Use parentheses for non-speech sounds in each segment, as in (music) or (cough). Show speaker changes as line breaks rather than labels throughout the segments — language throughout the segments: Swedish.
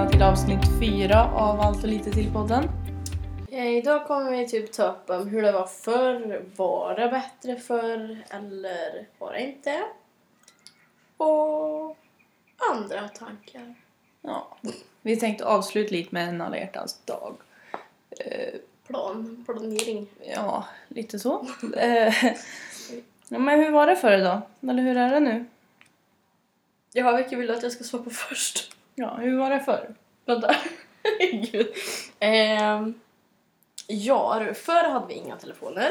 avsnitt fyra av Allt och lite till podden.
Eh, Idag kommer vi typ ta upp om hur det var förr, var det bättre förr eller var det inte? Och andra tankar.
Ja. Vi tänkte avsluta lite med en alla hjärtans dag. Eh,
Plan, planering.
ja, lite (laughs) så. Eh, ja, men hur var det förr då? Eller hur är det nu?
Ja, vilka vill du att jag ska svara på (laughs) först?
Ja, hur var det förr?
Vänta. Gud. Ehm, ja, förr hade vi inga telefoner.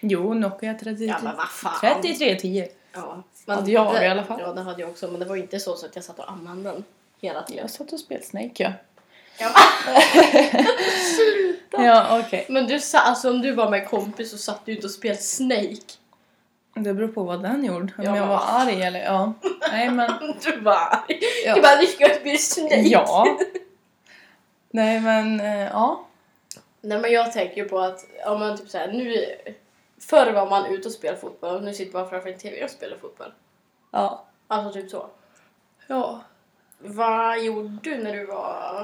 Jo, Nokia 33,
Ja, men vad fan.
3310.
Ja,
Hade jag
det,
i alla fall.
Ja, den hade jag också. Men det var ju inte så, så att jag satt och använde den hela tiden.
Jag satt och spelade Snake, ja.
Ja.
Ja, okej.
Men du sa, alltså om du var med en kompis så satt du inte och spelade Snake.
Det beror på vad den gjorde. Om
Ja,
jag
men
var
vad fan.
arg eller... Ja. Nej, (laughs) men...
Du var arg.
Ja.
Du bara, lyckas spela Snake.
Ja. Nej, men eh, ja.
Nej men jag tänker ju på att, ja men typ såhär nu, förr var man ute och spelade fotboll och nu sitter man framför en TV och spelar fotboll.
Ja.
Alltså typ så.
Ja.
Vad gjorde du när du var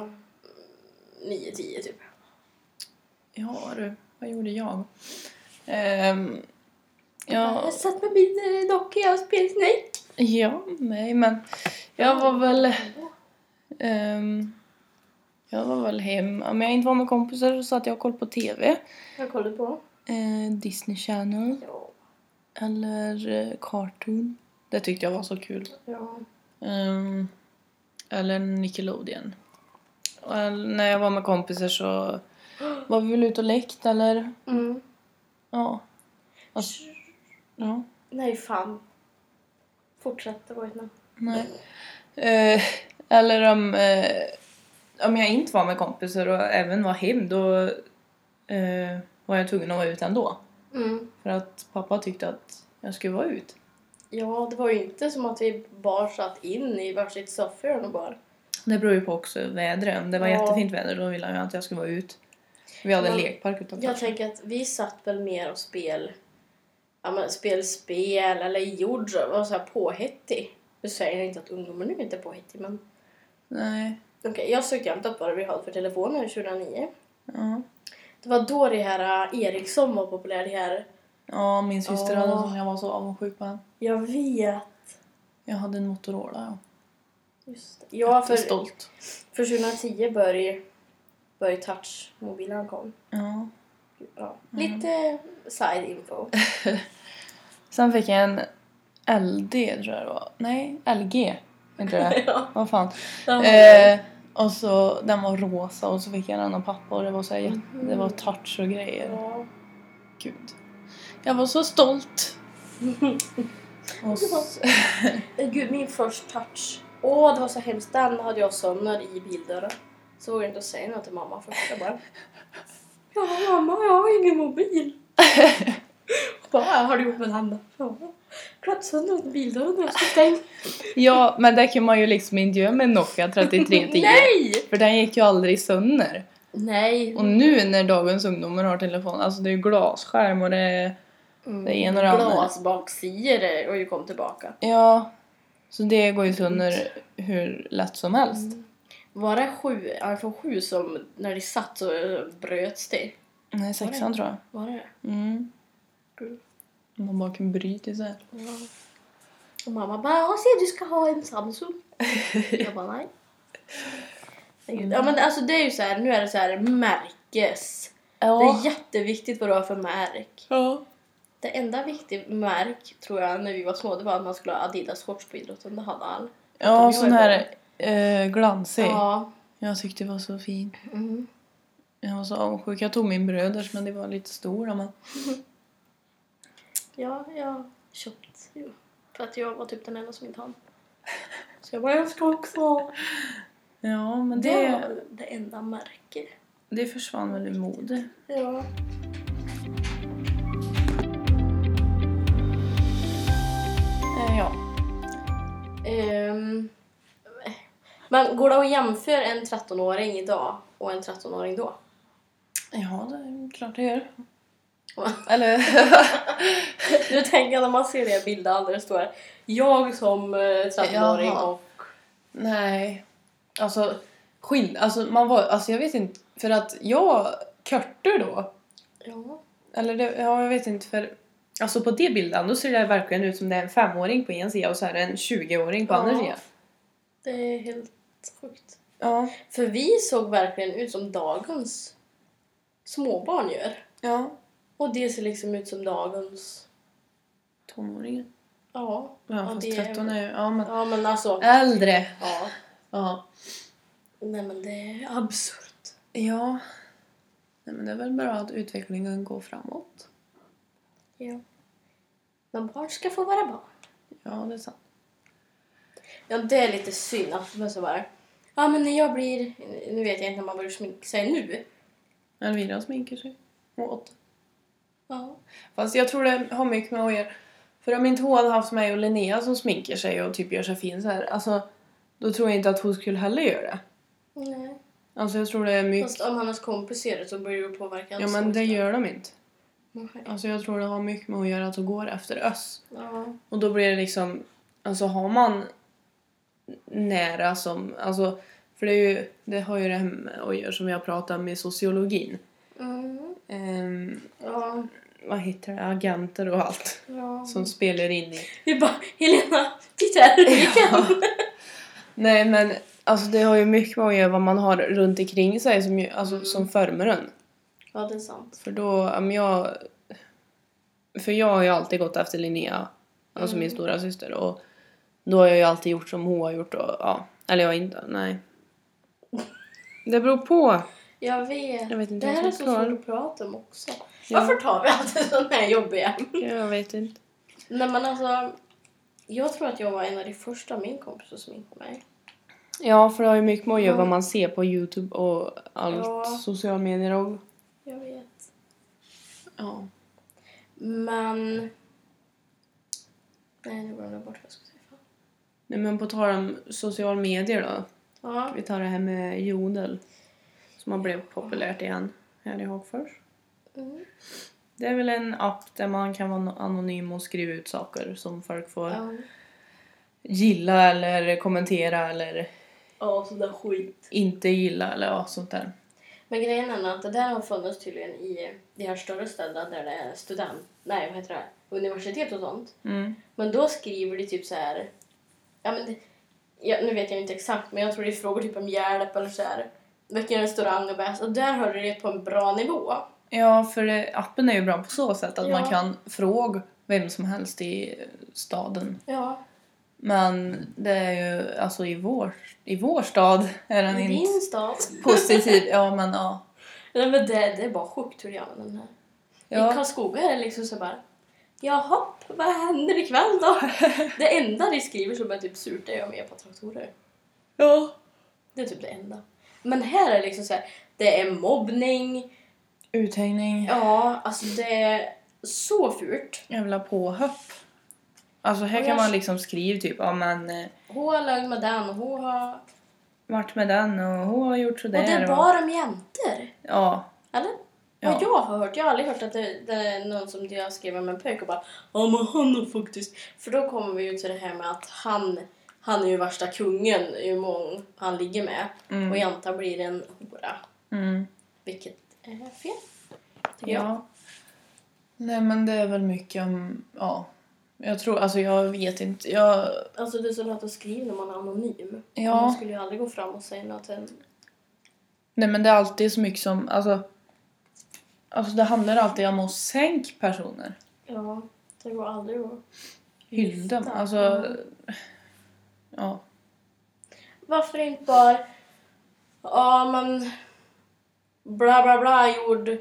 mm, 9-10 typ?
Ja du, vad gjorde jag? Ehm, ja,
Jag satt med min eh, docka och spelade Snake.
ja, nej men jag var väl... ehm, jag var väl hem. Om jag inte var med kompisar så satt jag och kollade på TV.
Jag kollade på.
Eh, Disney Channel
Ja.
eller eh, Cartoon. Det tyckte jag var så kul.
ja.
Ehm, eller Nickelodeon. Och, eh, när jag var med kompisar så var vi väl ute och lekt eller...
Mm.
Ja. Alltså, ja.
Nej fan. Fortsätt, det var ett namn.
Nej. Eh, eller om, eh, om jag inte var med kompisar och även var hem då eh, var jag tvungen att vara ut ändå.
Mm.
För att pappa tyckte att jag skulle vara ut.
Ja, det var ju inte som att vi bara satt in i varsitt soffhörn och bara...
Det beror ju på också vädret. Om det var
Ja.
jättefint väder då ville han ju att jag skulle vara ut. Vi hade en
Men
lekpark utanför.
Jag tänker att vi satt väl mer och spel... Ja men spel, spel eller gjorde så- var så här påhittig. Nu säger jag inte att ungdomar nu inte är påhittig men...
Nej.
Okej, jag sökte jämt upp vad vi hade för telefoner 2009.
Ja.
Det var då det här eh, Ericsson var populär, det här...
ja, min syster
Ja.
hade en sån. Jag var så avundsjuk på henne.
Jag vet!
Jag hade en Motorola.
Just det. Ja,
Ja. För...
för,
Stolt.
för 2010 började började touchmobilerna kom.
Ja.
Ja.
Mm.
Lite
(laughs)
side info.
Sen fick jag en LD tror jag det var. Nej, LG. Inte
(laughs)
det?
ja.
Vad fan.
det var det.
Eh, och så, den var rosa och så fick jag den av pappa och det var så här,
Mm.
jätte- det var touch och grejer.
Ja.
Gud. Jag var så
(laughs)
stolt. Och s-
Eh, Gud, min först touch. Åh, det var så hemskt. Den hade jag sönder i bildörren. Så vågade jag inte säga något till mamma först. Jag bara... Ja, mamma, jag har ingen mobil. Hon bara, "Vad har du gjort med den? Ja. Klart sönder den i bildörren när jag skulle stänga.
ja, men det kan man ju liksom inte göra med en Nokia
(laughs)
3310.
Nej!
För den gick ju aldrig sönder.
Nej.
Och nu när dagens ungdomar har telefon, alltså det är ju glasskärm och det är...
Mm.
det ena och det andra.
Glasbaksidor och ju kom
Mm.
tillbaka.
Ja. Så det går ju sönder hur lätt som helst.
Var det sju, iPhone 7 som när det satt så eh, bröts det?
Nej, sexan tror jag.
Var det
Mm.
Mm. Gud.
Man bara kan bryta isär.
Ja. Och Mm. mamma bara, ja se du ska ha en (laughs) Samsung. jag bara, nej. Ja men alltså det är ju så här, nu är det så här märkes. Det är jätteviktigt vad du har för märk.
Ja.
Det enda viktiga märk tror jag när vi var små det var att man skulle ha Adidas shorts på idrotten, det hade all.
Ja,
Utom
sån
jag
här eh, glansig.
Ja.
Jag tyckte det var så fin.
Mm.
Jag var så avundsjuk. Jag tog min bröders men det var lite stora. Men...
Ja, jag köpt. ju. För att jag var typ den enda som inte hann. Så jag bara, jag ska också ha.
(laughs) Ja, men
Det
det,
var det enda märket.
det försvann väl ur mode.
Ja.
Eh, ja.
Ehm, men går det att jämföra en 13-åring idag och en 13-åring då?
ja, det är klart det gör.
(laughs) Va?
Eller... (laughs)
Du tänker när man ser det bilden där det står jag som eh, 13-åring
Jaha.
och...
Nej. Alltså, skill... Alltså man var... Alltså jag vet inte. För att jag körte då.
Ja.
Eller det, ja, jag vet inte för... Alltså på det bilden då ser det verkligen ut som det är en femåring på en sida och så är det en 20-åring på
Ja.
andra sidan.
Det är helt sjukt.
Ja.
För vi såg verkligen ut som dagens småbarn gör.
Ja.
Och det ser liksom ut som dagens...
Tonåringen.
Ja.
Ja,
Ja,
fast
det är-
13 är ju... Ja, men...
Ja men alltså.
Äldre.
Ja.
Ja.
Nej men det är absurt.
Ja. Nej, men det är väl bra att utvecklingen går framåt.
Ja. Men barn ska få vara barn.
Ja, det är sant.
Ja, det är lite synd att de är så bara... Ja, men när jag blir... Nu vet jag inte om man börjar sminka sig nu.
Elvira sminkar sig. Och åtta.
Ja.
Fast jag tror det har mycket med att göra. För om inte hon hade haft mig och Linnea som sminkar sig och typ gör sig fin så här, alltså då tror jag inte att hon skulle heller göra det.
Nej.
Alltså jag tror det är mycket...
Fast om hans kompis gör det så börjar det påverka
Ja
hans
men det
hälsa.
gör de inte.
Nej.
Alltså jag tror det har mycket med att göra att de går efter oss.
Ja.
Och då blir det liksom, alltså har man nära som, alltså för det, är ju, det har ju det här med att göra som jag pratade med sociologin.
Mm.
Ehm,
Ja.
vad heter det? Agenter och allt.
ja.
Som spelar in i
Vi bara, Helena, titta här! Vi kan.
Nej men alltså det har ju mycket med att göra vad man har runt omkring sig som, ju, alltså, som formar en.
Ja, det är sant.
För då, om jag... För jag har ju alltid gått efter Linnea, alltså min stora syster och då har jag ju alltid gjort som hon har gjort och ja, eller jag har inte, nej. Det beror på.
Jag vet.
Jag vet inte
det här
vad
är
som
så
är kvar.
svårt att prata om också.
Ja.
Varför tar vi alltid sådana här jobbiga?
Jag vet inte.
Nej men alltså. Jag tror att jag var en av de första av min kompis som sminkade mig.
Ja, för det har ju mycket med att göra
Ja.
vad man ser på Youtube och allt
Ja.
sociala medier och
Jag vet.
ja.
Men... Nej, nu glömde jag bort vad jag skulle säga. Fan.
Nej men på tal om sociala medier då.
Ja.
Vi tar det här med jodel som har blivit populärt igen här i Hagfors.
Mm.
Det är väl en app där man kan vara anonym och skriva ut saker som folk får
Ja.
gilla eller kommentera eller
ja, sån där skit.
inte gilla eller ja, sånt där.
Men grejen är att det där har funnits tydligen i de här större städerna där det är student... Nej, vad heter det? Universitet och sånt.
Mm.
Men då skriver de typ så här... Ja, men det, ja, nu vet jag inte exakt, men jag tror det är frågor typ om hjälp eller så här. Vilken restaurang är bäst? Och där höll det på en bra nivå.
Ja, för det, appen är ju bra på så sätt att
Ja.
man kan fråga vem som helst i eh, staden.
Ja.
Men det är ju alltså i vår, i vår stad är den
I
inte
din stad.
positiv. Ja, men ja.
Nej, men det, det är bara sjukt hur de använder den här. I
ja.
Karlskoga är det liksom så bara Jaha, vad händer ikväll (laughs) då? det enda de skriver som är typ surt är om epatraktorer.
ja.
Det är typ det enda. Men här är det liksom så här, det är mobbning,
Uthängning.
ja alltså det är så fult.
Jävla påhopp. Alltså här
Och
kan
jag-
man liksom skriva typ, ja men eh,
Hon har lögn med den och hon har...
varit med den och hon har gjort sådär.
Och det är bara om jäntor.
Ja.
Eller?
Ja.
Vad jag har hört, jag har aldrig hört att det, det är någon som jag skrev om en pojk och bara Ja men han har faktiskt... För då kommer vi ju till det här med att han, han är ju värsta kungen i hur många han ligger med
Mm.
och Janta blir en hora.
Mm.
Vilket är fel. tycker jag.
Ja. Nej men det är väl mycket om, ja. Jag tror, alltså jag vet inte, jag...
Alltså det är så lätt att skriva när man är anonym.
Ja.
Man skulle ju aldrig gå fram och säga något till en...
Nej men det är alltid så mycket som, alltså. Alltså det handlar alltid om att sänka personer.
Ja, det går aldrig att...
Hylla dem,
Lyfta.
alltså. Ja.
Varför inte bara... Ja, men... Bla, bla, bla, gjorde eh,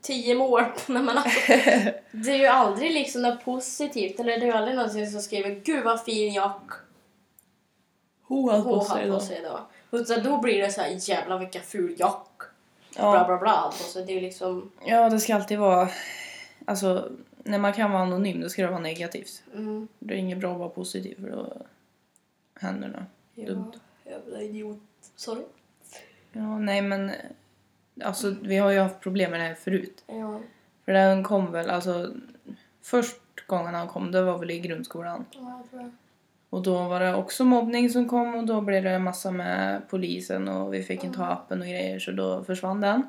tio mål.
(laughs)
Nej, men alltså, det är ju aldrig liksom något positivt. Eller det är ju aldrig någonsin som skriver Gud vad fin jack
Hon har
hon har på sig idag. Utan då blir det så här jävla vilka ful jack. Bla,
Ja.
bla, bla. Alltså, det är ju liksom...
ja, det ska alltid vara, alltså. När man kan vara anonym då ska det vara negativt.
Mm,
Det är inget bra att vara positiv för då händer det.
ja,
Dumt.
jävla idiot. Sorry.
Ja, nej men eh, alltså vi har ju haft problem med det här förut.
Ja.
För den kom väl alltså först gången han kom det var väl i grundskolan
Ja, jag tror det.
Och då var det också mobbning som kom och då blev det massa med polisen och vi fick inte ha appen och grejer så då försvann den.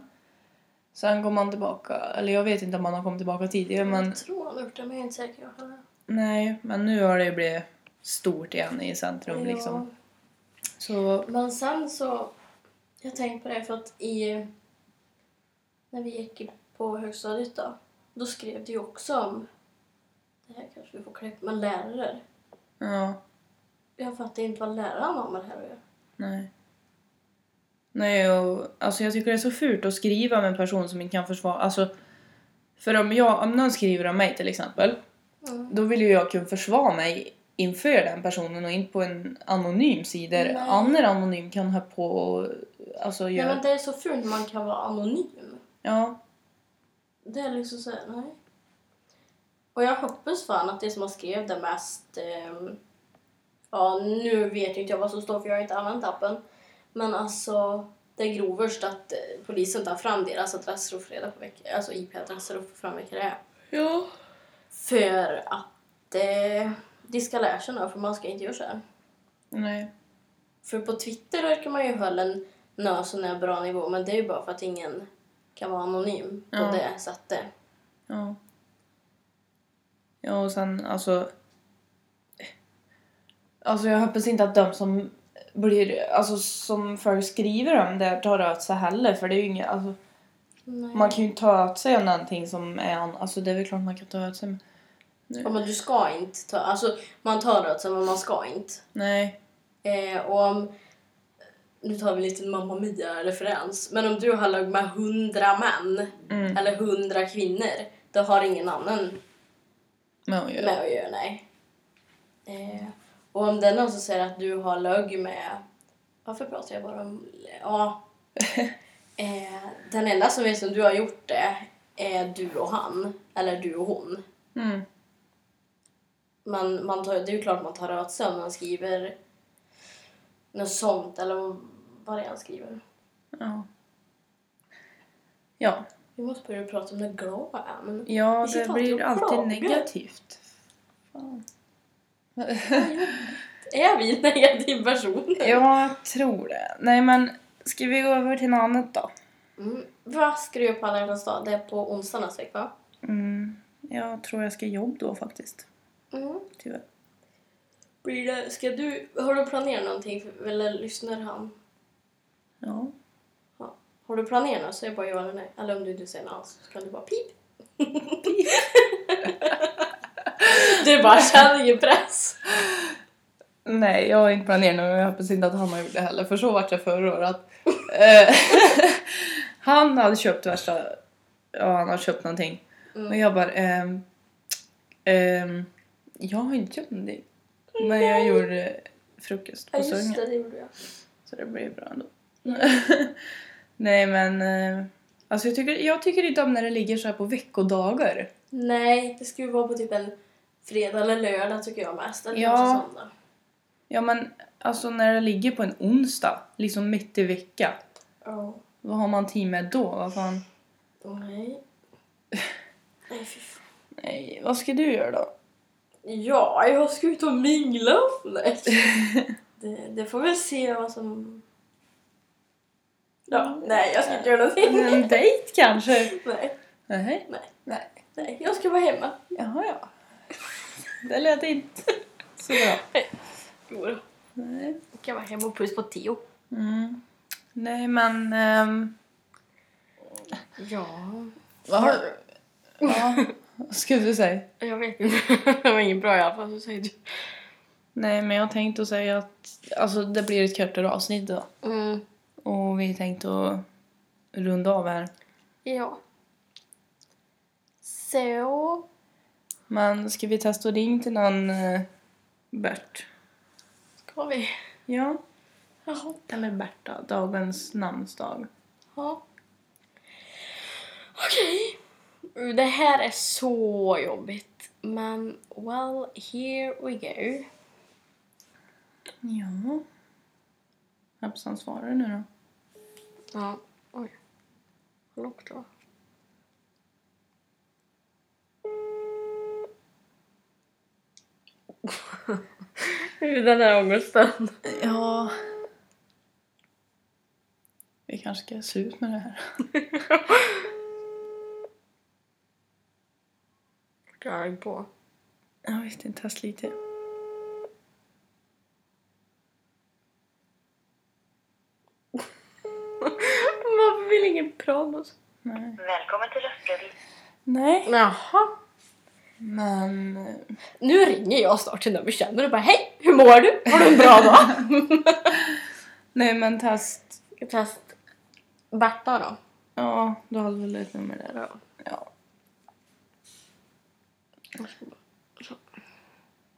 Sen kom han tillbaka, eller jag vet inte om han har kommit tillbaka tidigare men
Jag tror han har gjort det men jag är inte säker. Jag har-
nej, men nu har det ju blivit stort igen i centrum liksom. Så
Ja, Men sen så, jag tänkte på det för att i, när vi gick på högstadiet då, då skrev det ju också om, det här kanske vi får klippa, men lärare.
ja,
Jag fattar inte vad läraren har med det här att göra.
nej. Nej, och, alltså jag tycker det är så fult att skriva om en person som inte kan försvara, alltså för om, jag, om någon skriver om mig till exempel
Mm.
då vill ju jag kunna försvara mig inför den personen och inte på en anonym sida där
Nej.
annan anonym kan ha på och alltså
Nej
göra...
men det är så fult när man kan vara anonym.
Ja,
Det är liksom såhär, nej. Och jag hoppas fan att det som han skrev det mest... ehm, ja, nu vet ju inte jag vad som står för jag har inte använt appen. Men alltså, det är grovast att eh, polisen tar fram deras adresser och får reda på vilka, alltså IP-adresser och får fram vilka det är.
ja.
För att eh, de ska lära sig nu, för man ska inte göra så här.
Nej.
För på Twitter verkar man ju hålla en nös och en bra nivå, men det är ju bara för att ingen kan vara anonym på
Ja.
det sättet.
Ja. Ja, och sen alltså... Alltså jag hoppas inte att de som blir, alltså som folk skriver om det tar åt sig heller för det är ju inget, alltså
Nej.
man kan ju inte ta åt sig av någonting som är, an- alltså det är väl klart man kan ta åt sig men...
Ja, men du ska inte ta... Alltså, man tar åt sig, men man ska inte.
Nej.
Eh, och om... Nu tar vi lite Mamma Mia-referens. Men om du har lagt med hundra män
Mm.
eller hundra kvinnor, då har ingen annan
Men hon gör det.
med att göra, nej. Eh, och om det är någon som säger att du har lög med... Varför pratar jag bara om... Ja. Eh, den enda som vet om du har gjort det är du och han. Eller du och hon.
Mm.
man, man tar, det är ju klart man tar åt sig om man skriver något sånt eller vad det är han skriver.
Ja. Ja,
Vi måste börja prata om det glada är. Men
ja
Vi
det
sitter
blir
alltid och
alltid
klagar.
negativt. Fan.
är vi (laughs) en negativ person?
Jag tror det. Nej men, ska vi gå över till något annat då?
Mm. Vad ska du göra på alla hjärtans dag? Det är på onsdag nästa vecka.
Mm, jag tror jag ska jobb då faktiskt.
Mm.
Tyvärr.
Blir det, ska du, har du planerat någonting? För- Eller lyssnar han?
Ja.
Har du planerat något så är det bara ja eller nej. Eller om du inte säger något alls så kan du bara pip. (laughs) du bara känner ingen press.
Nej, jag har inte planerat något men jag hoppas inte att han har gjort det heller för så vart jag förra året.
(laughs)
Eh, (laughs) han hade köpt värsta... Ja, han har köpt någonting.
Mm.
Och jag bara... ehm, ehm, jag har inte köpt någonting. Men jag gjorde frukost
Ja
på
just
Sunga.
det, det gjorde jag.
Så det blir bra ändå. (laughs) Nej men... eh, Alltså jag tycker, jag tycker inte om när det ligger så här på veckodagar.
Nej, det skulle ju vara på typ en fredag eller lördag tycker jag mest. Eller
Ja.
kanske söndag.
Ja men alltså när det ligger på en onsdag, liksom mitt i vecka.
Ja.
Vad har man tid med då? Vad fan?
(laughs) Nej. Nej, fy fan.
Nej, vad ska du göra då?
Ja, jag ska ut och mingla. (laughs) Nej. det, det får väl se vad som... Ja, nej, jag ska inte göra någonting.
(laughs) En dejt kanske?
(laughs) Nej,
Nej.
Nej.
Nej.
nej, jag ska vara hemma.
Jaha ja. Det lät inte så bra.
Jo,
Nej.
jag kan vara hemma och puss på Theo.
Mm. Nej men... ehm,
Ja,
vad har du? Ja, vad skulle du säga?
jag vet inte. (laughs) det var inget bra i alla fall, så säger du.
Nej, men jag tänkte att säga att alltså, det blir ett kortare avsnitt då.
Mm,
Och vi tänkte att runda av här.
ja. Så...
Men ska vi testa att ringa till någon eh, Bert?
Ska vi?
Ja.
Jaha.
Eller Berta, dagens namnsdag.
Ja. Okej. Uh, Det här är så jobbigt. Men well, here we go.
Ja. Hoppas han svarar nu då.
Ja, oj. Vad lågt (laughs) det var. Den här ångesten.
Ja. Vi kanske ska se ut med det här.
Jag är arg på.
Jag visste inte, jag sliter.
Varför vill ingen kramas?
Nej.
Välkommen till Röstlevi.
Nej.
Jaha.
Men... eh,
Nu ringer jag snart till nummer känner och bara Hej! Hur mår du? Har du en bra dag?
Nej men test.
Test Berta då.
Ja, du hade väl ett nummer där. Ja.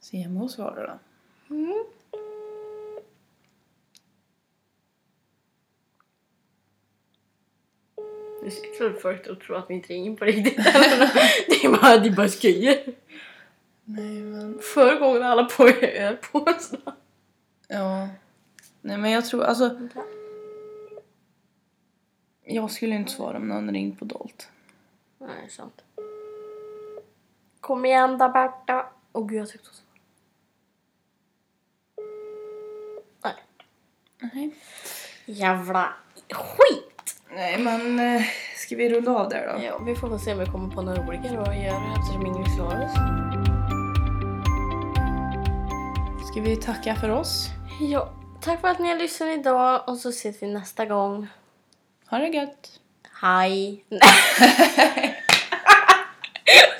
Så jag måste svara då.
Mm. Nu sitter väl folk och tror att vi inte ringer på (laughs) riktigt. det är bara, det är bara skojer.
Nej men...
Förra gången alla på er på oss.
Ja. Nej men jag tror alltså... Jag skulle inte svara om någon ringt på dolt.
Nej, sant. Kom igen då Berta. Åh gud, jag tyckte också. Nej.
Nej.
Jävla skit!
Nej men eh, ska vi runda av där då?
Ja, vi får väl se om vi kommer på några olika då att göra eftersom ingen vill svara oss.
Ska vi tacka för oss?
Ja, tack för att ni har lyssnat idag och så ses vi nästa gång. (laughs)
Ha det gött!
Hej! (laughs)